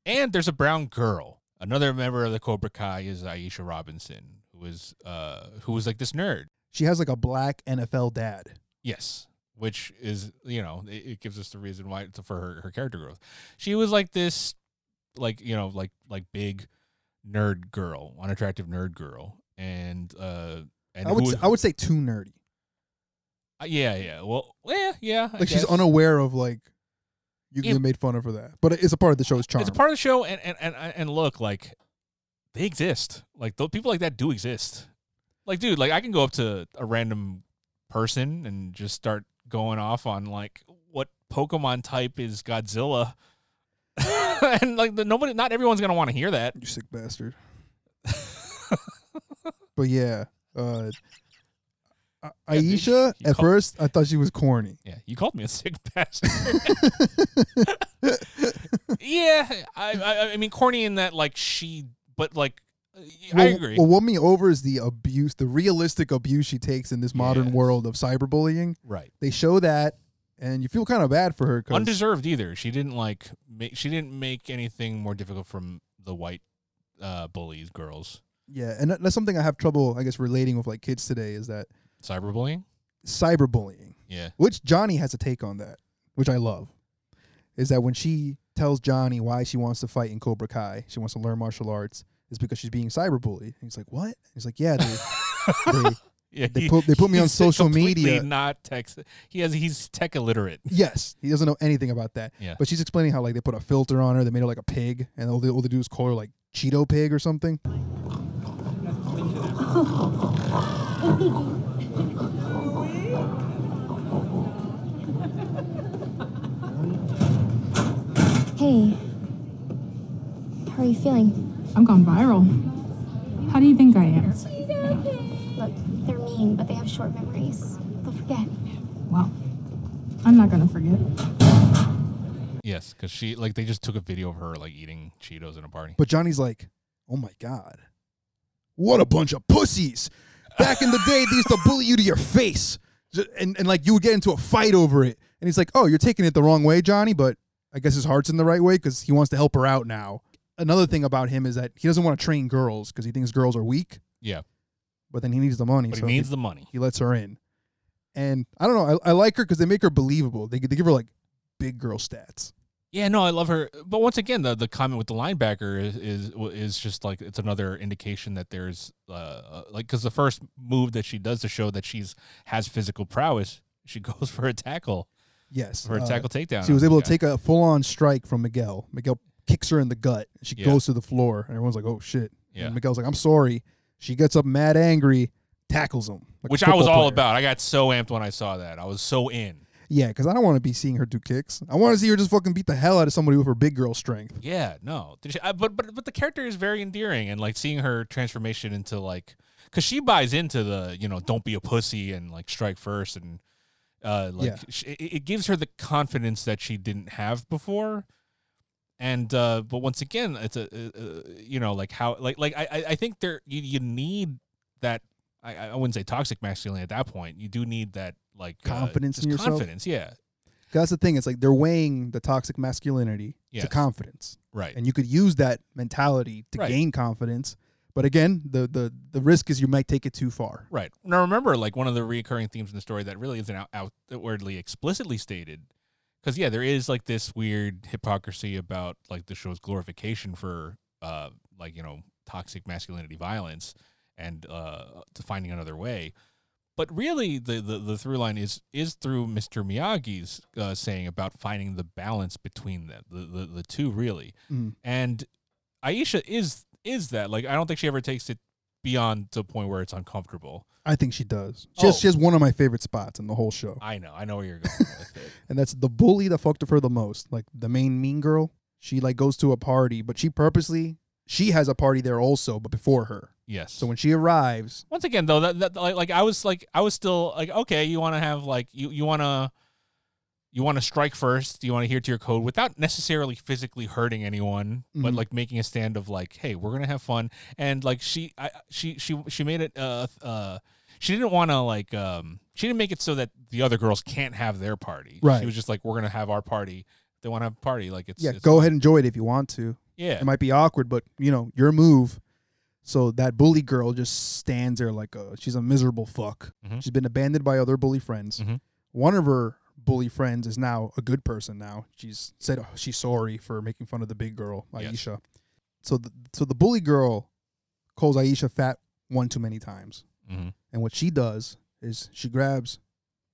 and there's a brown girl. Another member of the Cobra Kai is Aisha Robinson, who is uh who was like this nerd. she has like a black NFL dad. Yes, which is you know it, it gives us the reason why to, for her, her character growth. She was like this, like you know, like like big nerd girl, unattractive nerd girl, and uh, and I would who- s- I would say too nerdy. uh, yeah, yeah, well, yeah, yeah, I like she's guess. unaware of like you Yeah. get made fun of for that, but it's a part of the show's charm. It's a part of the show, and and and and look, like they exist. Like those people like that do exist. Like, dude, like I can go up to a random person and just start going off on like what Pokemon type is Godzilla, [LAUGHS] and like the, nobody, not everyone's gonna want to hear that. you sick [LAUGHS] bastard. but yeah, uh, A- Yeah, dude, Aisha. you At call- first, I thought she was corny. Yeah, you called me a sick [LAUGHS] bastard. yeah, I, I I mean corny in that like she, but like I Well- agree, Well, what me over is the abuse, the realistic abuse she takes in this modern Yes. world of cyberbullying. right? They show that, and you feel kind of bad for her. 'cause- undeserved either. She didn't like make, she didn't make anything more difficult from the white uh, bullies girls. yeah, and that- that's something I have trouble, I guess, relating with like kids today is that Cyberbullying? cyberbullying. Yeah. which Johnny has a take on that, which I love, is that when she tells Johnny why she wants to fight in Cobra Kai, she wants to learn martial arts, is because she's being cyberbullied. And he's like, "What?" he's like, "Yeah, they, they, Yeah, They put- they put me on he's social completely media. Not tech. He has he's tech illiterate. yes, he doesn't know anything about that." Yeah. But she's explaining how like they put a filter on her, they made her like a pig, and all they, all they do is call her like Cheeto Pig or something. Hey, how are you feeling? I've gone viral. How do you think I am? Look, they're mean, but they have short memories. They'll forget. Well, I'm not gonna forget. Yes, because she like they just took a video of her like eating Cheetos in a party. But Johnny's like, oh my God, what a bunch of pussies. Back in the day, they used to bully you to your face. Ju- And, and like you would get into a fight over it. And he's like, oh, you're taking it the wrong way, Johnny, but I guess his heart's in the right way because he wants to help her out now. Another thing about him is that he doesn't want to train girls because he thinks girls are weak, Yeah, but then he needs the money. but so he needs the money. he lets her in. And I don't know. I, I like her because they make her believable. They, they give her like big girl stats. Yeah, no, I love her. But once again, the the comment with the linebacker is is, is just like it's another indication that there's uh like because the first move that she does to show that she's has physical prowess, she [LAUGHS] goes for a tackle Yes. for a uh, tackle takedown. She was on able the to guy. take a full on strike from Miguel. Miguel kicks her in the gut. She Yeah. goes to the floor, and everyone's like, "Oh shit!" Yeah. And Miguel's like, "I'm sorry." She gets up, mad, angry, tackles him, like a which I was football all player. about. I got so amped when I saw that. I was so in. Yeah, because I don't want to be seeing her do kicks. I want to see her just fucking beat the hell out of somebody with her big girl strength. Yeah, no, Did she- I- but but but the character is very endearing, and like seeing her transformation into like, because she buys into the you know don't be a pussy and like strike first, and uh like Yeah. sh it, it gives her the confidence that she didn't have before. And uh but once again, it's a uh, uh, you know like how like like I I- I think there you, you need that I I wouldn't say toxic masculinity at that point. You do need that like uh, Confidence in just yourself? Confidence, yeah, 'Cause That's the thing. It's like they're weighing the toxic masculinity Yes. to confidence, right. and you could use that mentality to Right. gain confidence. But again, the the the risk is you might take it too far. Right. Now remember, like one of the recurring themes in the story that really isn't out, outwardly explicitly stated, because yeah, there is like this weird hypocrisy about like the show's glorification for uh like you know toxic masculinity violence and uh to finding another way. But really, the, the, the through line is is through Mr. Miyagi's uh, saying about finding the balance between the the, the, the two really, Mm. and Aisha is is that like I don't think she ever takes it beyond to the point where it's uncomfortable. I think she does. She, has, Oh. she has one of my favorite spots in the whole show. I know. I know where you're going [LAUGHS] with it. and that's the bully that fucked with her the most. Like the main mean girl, she like goes to a party, but she purposely she has a party there also, but before her. Yes. So when she arrives, once again though, that, that like, like I was like I was still like okay, you want to have like you you want to you want to strike first, you want to adhere to your code without necessarily physically hurting anyone, but Mhm. like making a stand of like, hey, we're gonna have fun, and like she I, she she she made it uh uh she didn't want to like um she didn't make it so that the other girls can't have their party. Right. She was just like, we're gonna have our party. They want to have a party. Like it's yeah, it's- go ahead and enjoy it if you want to. Yeah. It might be awkward, but you know, your move. So that bully girl just stands there like a she's a miserable fuck. Mhm. She's been abandoned by other bully friends. Mhm. One of her bully friends is now a good person now. She's said oh, she's sorry for making fun of the big girl, Yes. Aisha. So the so the bully girl calls Aisha fat one too many times. Mhm. And what she does is she grabs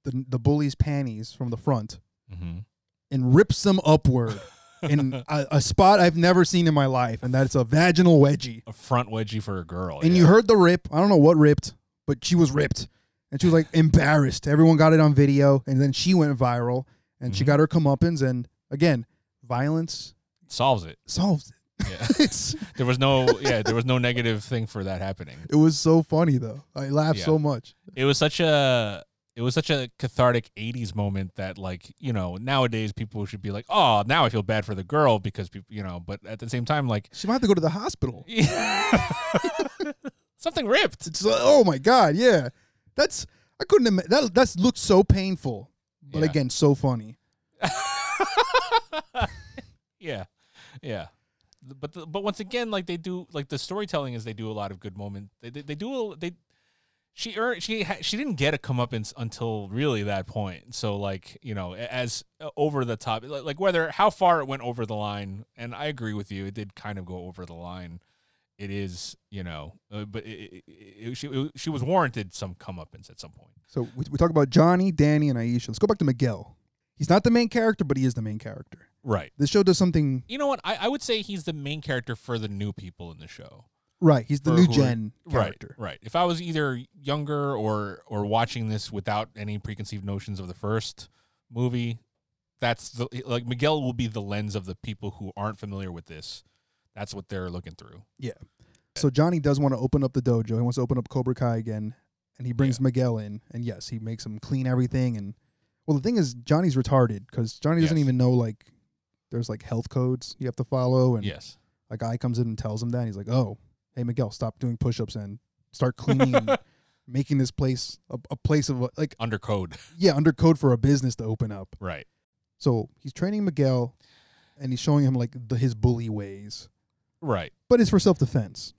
the the bully's panties from the front Mhm. and rips them upward [LAUGHS] in a, a spot I've never seen in my life, and that's a vaginal wedgie. A front wedgie for a girl. And Oh, yeah. you heard the rip. I don't know what ripped, but she was ripped, and she was like embarrassed. Everyone got it on video, and then she went viral, and she Mhm. got her comeuppance. And again, violence solves it. solves Yeah. [LAUGHS] it. it's There was no yeah, there was no negative thing for that happening. it was so funny though. I laughed Yeah. so much. It was such a it was such a cathartic 80s moment that like, you know, nowadays people should be like, "Oh, now I feel bad for the girl because people, you know, but at the same time like She might have to go to the hospital. something ripped. It's like, oh my god, yeah. That's I couldn't imagine that. That's looked so painful, but Yeah. again, so funny. Yeah, yeah. But the, but once again, like they do, like the storytelling is they do a lot of good moment. They they, they do a, they. She earned she ha, she didn't get a comeuppance until really that point. So like you know a- as uh, over the top like, like whether how far it went over the line, and I agree with you, it did kind of go over the line. It is you know, uh, but it, it, it, she it, she was warranted some comeuppance at some point. So we, we talk about Johnny, Danny, and Aisha. Let's go back to Miguel. He's not the main character, but he is the main character. Right. This show does something You know what? I, I would say he's the main character for the new people in the show. right. He's the for new who are- gen character. Right, right. If I was either younger or or watching this without any preconceived notions of the first movie, that's the like Miguel will be the lens of the people who aren't familiar with this. That's what they're looking through. Yeah. So Johnny does want to open up the dojo. He wants to open up Cobra Kai again, and he brings Miguel in. And yes, he makes him clean everything. And well, the thing is, Johnny's retarded because Johnny doesn't Yes. even know like there's like health codes you have to follow. And Yes. a guy comes in and tells him that. And he's like, "Oh, hey Miguel, stop doing push-ups and [LAUGHS] start cleaning, and making this place a, a place of like Under code. [LAUGHS] yeah under code for a business to open up." Right. So he's training Miguel, and he's showing him like the, his bully ways, Right. but it's for self-defense.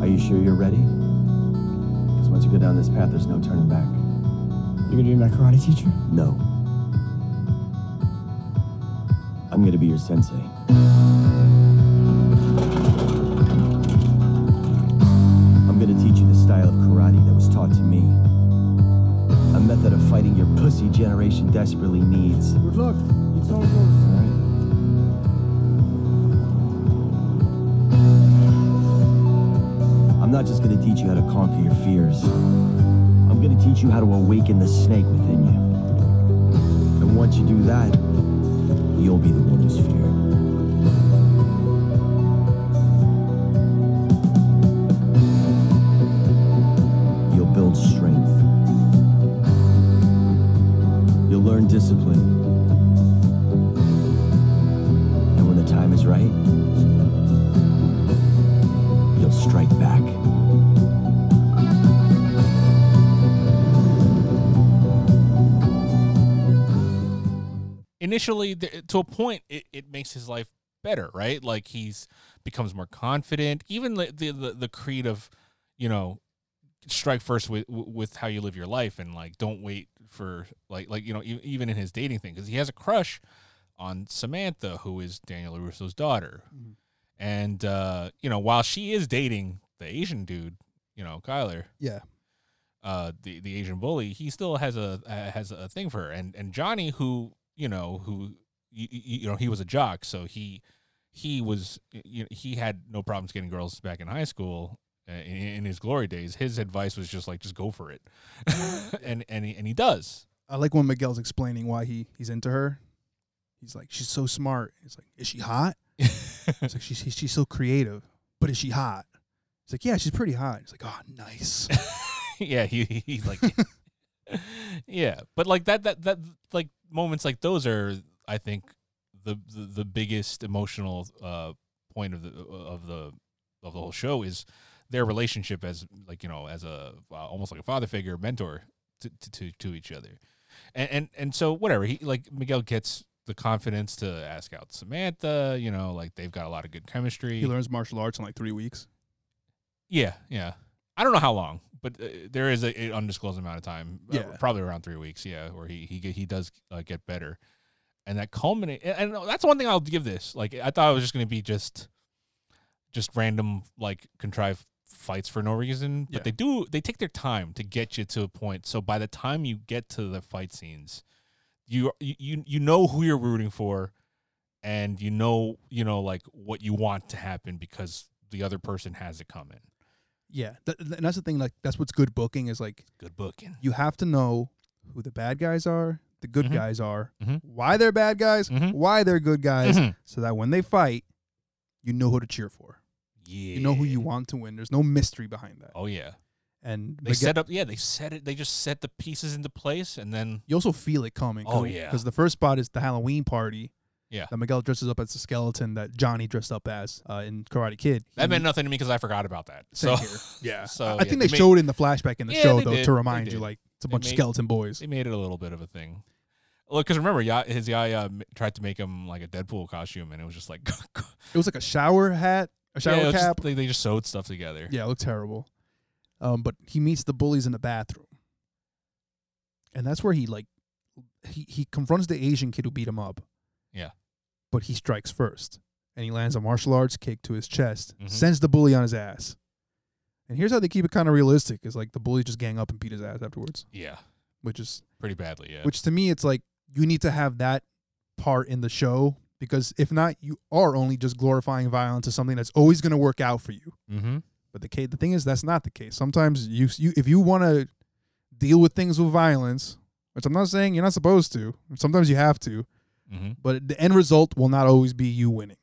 Are you sure you're ready? Because once you go down this path, there's no turning back. You're gonna be my karate teacher? No. I'm gonna be your sensei. I'm gonna teach you the style of karate that was taught to me. A method of fighting your pussy generation desperately needs. Good luck. It's all good. I'm not just gonna teach you how to conquer your fears. I'm gonna teach you how to awaken the snake within you. And once you do that, you'll be the one who's feared. You'll build strength. You'll learn discipline. And when the time is right, you'll strike back. Initially, th- to a point, it, it makes his life better. Right. Like he's becomes more confident. Even the the, the, the creed of, you know, strike first with with how you live your life and like don't wait for like like you know e- even in his dating thing because he has a crush on Samantha who is Daniel Russo's daughter, and uh, you know while she is dating the Asian dude, you know Kyler. Yeah. uh, the the Asian bully, he still has a uh, has a thing for her. And and Johnny, who you know, who you, you know, he was a jock, so he he was you know, he had no problems getting girls back in high school. uh, In, in his glory days, his advice was just like just go for it, [LAUGHS] and and he, and he does. I like when Miguel's explaining why he he's into her. He's like, she's so smart. He's like, is she [LAUGHS] hot? It's like she's she's she's so creative, but is she hot? He's like, yeah, she's pretty hot. He's like, oh, [LAUGHS] nice. [LAUGHS] yeah, he, he- he's like, yeah, but like that that that like moments like those are, I think, the the, the biggest emotional uh, point of the of the of the whole show is their relationship as like you know as a uh, almost like a father figure mentor to to to, to each other, and, and and so whatever he like Miguel gets the confidence to ask out Samantha, you know, like they've got a lot of good chemistry. he learns martial arts in like three weeks. Yeah, yeah. I don't know how long, but uh, there is a, a undisclosed amount of time. uh, Yeah. probably around three weeks. Yeah, where he he get- he does uh, get better, and that culminate. And, and that's one thing I'll give this. Like I thought it was just gonna be just, just random like contrived fights for no reason, but Yeah. they do they take their time to get you to a point. So by the time you get to the fight scenes, you you you- you know who you're rooting for and you know you know like what you want to happen because the other person has it coming Yeah, Th- th- and that's the thing. Like, that's what's good booking is like good booking you have to know who the bad guys are, the good Mhm. guys are, Mhm. why they're bad guys, Mhm. why they're good guys, Mhm. so that when they fight, you know who to cheer for. yeah You know who you want to win. There's no mystery behind that. oh yeah And they Miguel- set up yeah they set it they just set the pieces into place and then you also feel it coming. Oh, yeah. because the first spot is the Halloween party. Yeah. that Miguel dresses up as the skeleton that Johnny dressed up as uh, in Karate Kid. that He- meant nothing to me because i forgot about that same so here. Yeah, so, I, I yeah, think they they, made- showed it in the flashback in the Yeah, show they though did. to They remind you did. like it's a They bunch of made- skeleton boys. [LAUGHS] they made it a little bit of a thing Look, because remember, Ya his Yaya m- tried to make him like a Deadpool costume, and it was just like [LAUGHS] It was like a shower hat, a Yeah, shower it was just- cap. they, they just sewed stuff together. Yeah, it looked terrible. Um, but he meets the bullies in the bathroom, and that's where he like he he confronts the Asian kid who beat him up. Yeah. but he strikes first, and he lands a martial arts kick to his chest, Mhm. sends the bully on his ass. And here's how they keep it kind of realistic: is like the bully just gang up and beat his ass afterwards, yeah, which is pretty badly. Yeah, which to me it's like you need to have that part in the show because if not, you are only just glorifying violence as something that's always going to work out for you mm-hmm. But the case, the thing is, that's not the case. Sometimes you, you if you want to deal with things with violence, which I'm not saying you're not supposed to. Sometimes you have to, Mhm. but the end result will not always be you winning.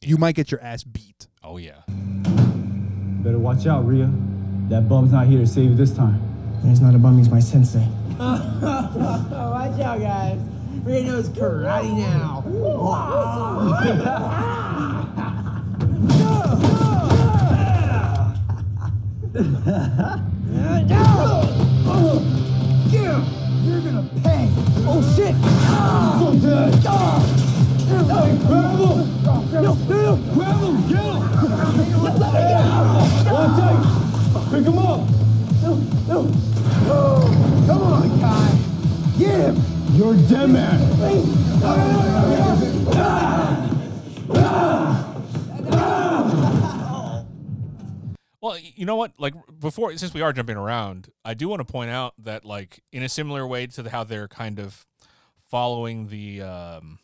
You might get your ass beat. Oh yeah. Better watch out, Rhea. That bum's not here to save you this time. There's not a bum, he's my sensei. Watch out, guys. Rhea knows karate now. Oh shit! Grab him! Get him! Watch out! Pick him up! Come on, guys. Get him. You're a dead man! Well, y- you know what? Like before, since we are jumping around, I do want to point out that, like, in a similar way to the, how they're kind of following the um,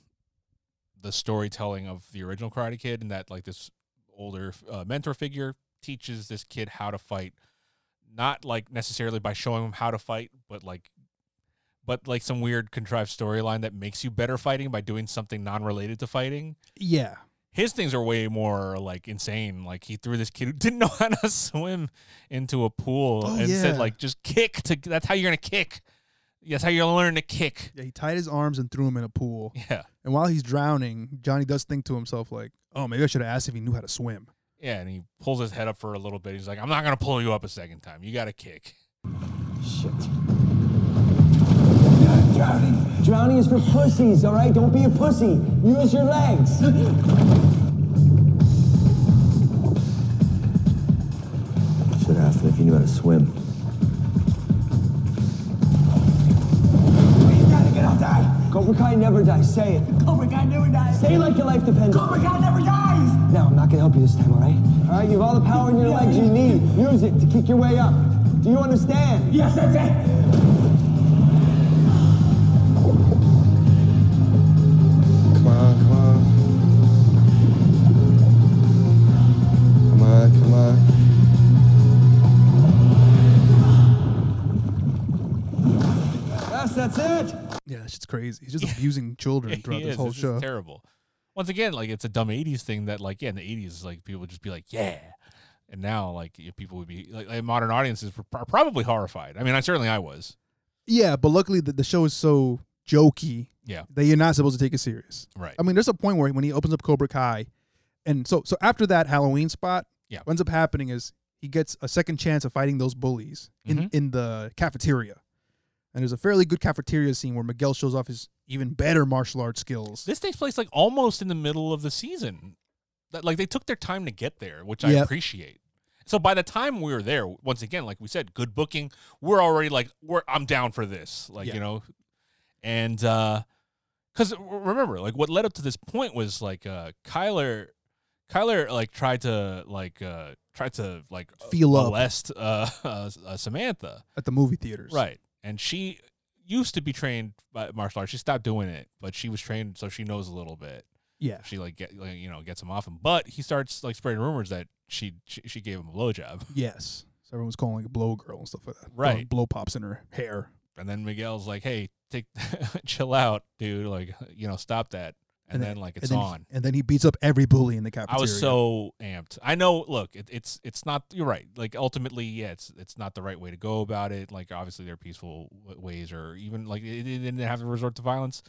the storytelling of the original Karate Kid, and that like this older uh, mentor figure teaches this kid how to fight, not like necessarily by showing him how to fight, but like, but like some weird contrived storyline that makes you better fighting by doing something non-related to fighting Yeah, his things are way more like insane. Like he threw this kid who [LAUGHS] didn't know how to swim into a pool Oh, and yeah. said like just kick to that's how you're gonna kick. That's how you're gonna learn to kick. yeah. He tied his arms and threw him in a pool. Yeah. And while he's drowning, Johnny does think to himself like, "Oh, maybe I should have asked if he knew how to swim." Yeah, and he pulls his head up for a little bit. He's like, I'm not gonna pull you up a second time. You gotta kick. Drowning is for pussies, all right? Don't be a pussy. Use your legs. Should have asked him if he knew how to swim. Cobra Kai never dies. Say it. Cobra Kai never dies. Say it like your life depends on it. Cobra Kai never dies. Now, I'm not gonna help you this time, all right? All right, you have all the power in your legs you need. Use it to kick your way up. Do you understand? Yes, that's it. Come on, come on. Come on, come on. Yes, that's it. Yeah, that shit's crazy. He's [LAUGHS] just abusing children throughout He this is. whole is show. terrible. Once again, like it's a dumb '80s thing that, like, yeah, in the '80s, like people would just be like, "Yeah," and now, like, if people would be like, like, modern audiences were pro- probably horrified. I mean, I certainly I was. yeah, but luckily the, the show is so jokey Yeah, that you're not supposed to take it serious. right. I mean, there's a point where when he opens up Cobra Kai, and so so after that Halloween spot, Yeah. what ends up happening is he gets a second chance of fighting those bullies in Mhm. in the cafeteria, and there's a fairly good cafeteria scene where Miguel shows off his even better martial arts skills. This takes place like almost in the middle of the season. That- Like they took their time to get there, which I Yep. appreciate. So by the time we were there, once again, like we said, good booking. We're already like, we're I'm down for this, like Yeah. you know, and because remember, like what led up to this point was like uh Kyler, Kyler like tried to like uh tried to like Feel up. molest uh, [LAUGHS] uh, uh Samantha, at the movie theaters, Right. And she used to be trained by martial arts. She stopped doing it, but she was trained so she knows a little bit. Yeah, She like get like, you know gets him off him, but he starts like spreading rumors that she she, she gave him a blowjob. yes. So everyone's calling like blow girl and stuff like that. Right. Throwing blow pops in her hair. And then Miguel's like, "Hey, take [LAUGHS] chill out, dude. Like, you know, stop that." And, then, like it's and then he- on. and then he beats up every bully in the cafeteria. I was so amped. I know. Look, it, it's it's not. You're right. Like ultimately, yeah, it's it's not the right way to go about it. Like obviously, there are peaceful w- ways, or even like it, it didn't have to resort to violence.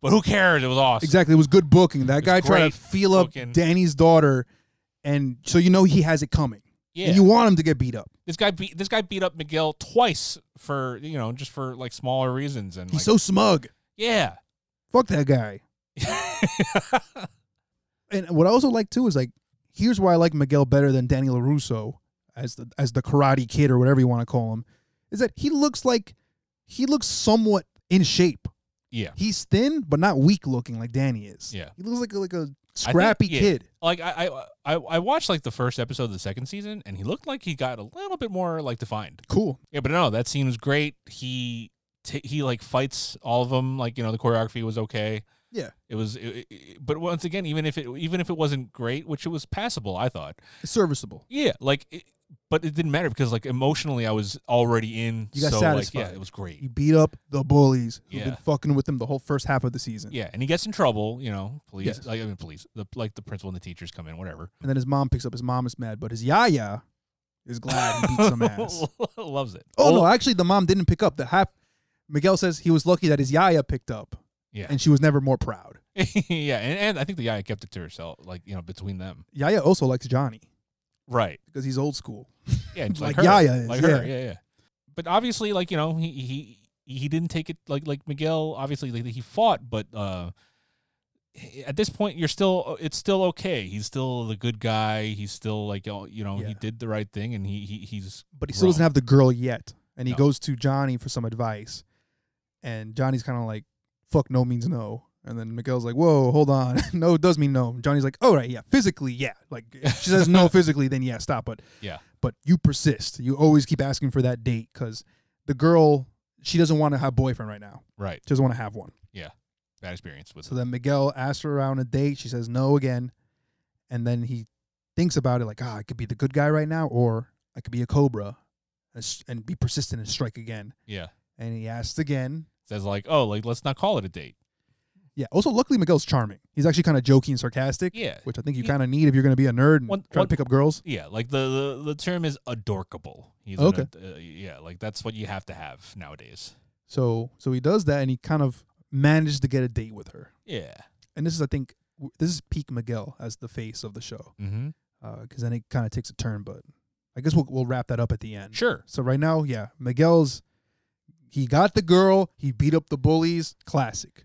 But who cares? It was awesome. Exactly. It was good booking. That was guy tried great to feel up booking. Danny's daughter, and so you know he has it coming. Yeah. And you want him to get beat up. this guy beat this guy beat up Miguel twice for you know just for like smaller reasons and He's like, so smug. yeah. Fuck that [LAUGHS] guy. And what I also like too is like, here's why I like Miguel better than Danny LaRusso as the as the karate kid or whatever you want to call him, is that he looks like he looks somewhat in shape. Yeah. He's thin, but not weak looking like Danny is. Yeah. He looks like a, like a I think- scrappy yeah, kid. Like I, I I I watched like the first episode of the second season and he looked like he got a little bit more like defined. Cool. Yeah, but no, that scene was great. He t- he like fights all of them. Like you know, the choreography was okay. Yeah. It was, it, it- but once again, even if it even if it wasn't great, which it was passable, I thought. Serviceable. Yeah, like, it, but it didn't matter because like emotionally, I was already in. You got so, satisfied. Like, yeah, it was great. You beat up the bullies who've Yeah. been fucking with them the whole first half of the season. Yeah, and he gets in trouble. You know, police. Yes. Like I mean, police. The like the principal and the teachers come in. Whatever. And then his mom picks up. His mom is mad, but his yaya is glad he beat some ass. [LAUGHS] Loves it. Oh no, actually, the mom didn't pick up. The half. Miguel says he was lucky that his yaya picked up. Yeah. And she was never more proud. [LAUGHS] yeah, and, and I think the guy kept it to herself. Like you know, between them. Yaya also likes Johnny Right. because he's old school. Yeah, it's Like like, her. Yaya is, like yeah. her. Yeah. yeah, But obviously, like you know, he he he didn't take it like like Miguel. Obviously, like, he fought, but uh at this point, you're still it's still okay. He's still the good guy. He's still like oh, you know, Yeah. he did the right thing, and he, he he's But he still doesn't grown. have the girl yet. And he No. goes to Johnny for some advice. And Johnny's kind of like, fuck no means no. And then Miguel's like, whoa, hold on. [LAUGHS] no does mean no. Johnny's like, all right, yeah, physically, yeah. Like, if she says [LAUGHS] no physically, then yeah, stop. But Yeah. but you persist. You always keep asking for that date because the girl, she doesn't want to have boyfriend right now. right. She doesn't want to have one. Yeah, bad experience with So then Miguel asks her out on a date. She says no again. And then he thinks about it like, ah, I could be the good guy right now, or I could be a cobra and s- and be persistent and strike again. yeah. And he asks again. Says like oh like let's not call it a date. Yeah. Also, luckily, Miguel's charming. He's actually kind of jokey and sarcastic. Yeah. Which I think you Yeah. kind of need if you're going to be a nerd and One- try one- to pick up girls. Yeah, like the the, the term is adorkable. He's an Okay. ad- uh, yeah, like that's what you have to have nowadays. So, so he does that, and he kind of manages to get a date with her. Yeah. And this is, I think, w- this is peak Miguel as the face of the show. Mm-hmm. because uh, then it kind of takes a turn. But I guess we'll we'll wrap that up at the end. Sure. So right now, yeah, Miguel's he got the girl, he beat up the bullies, classic.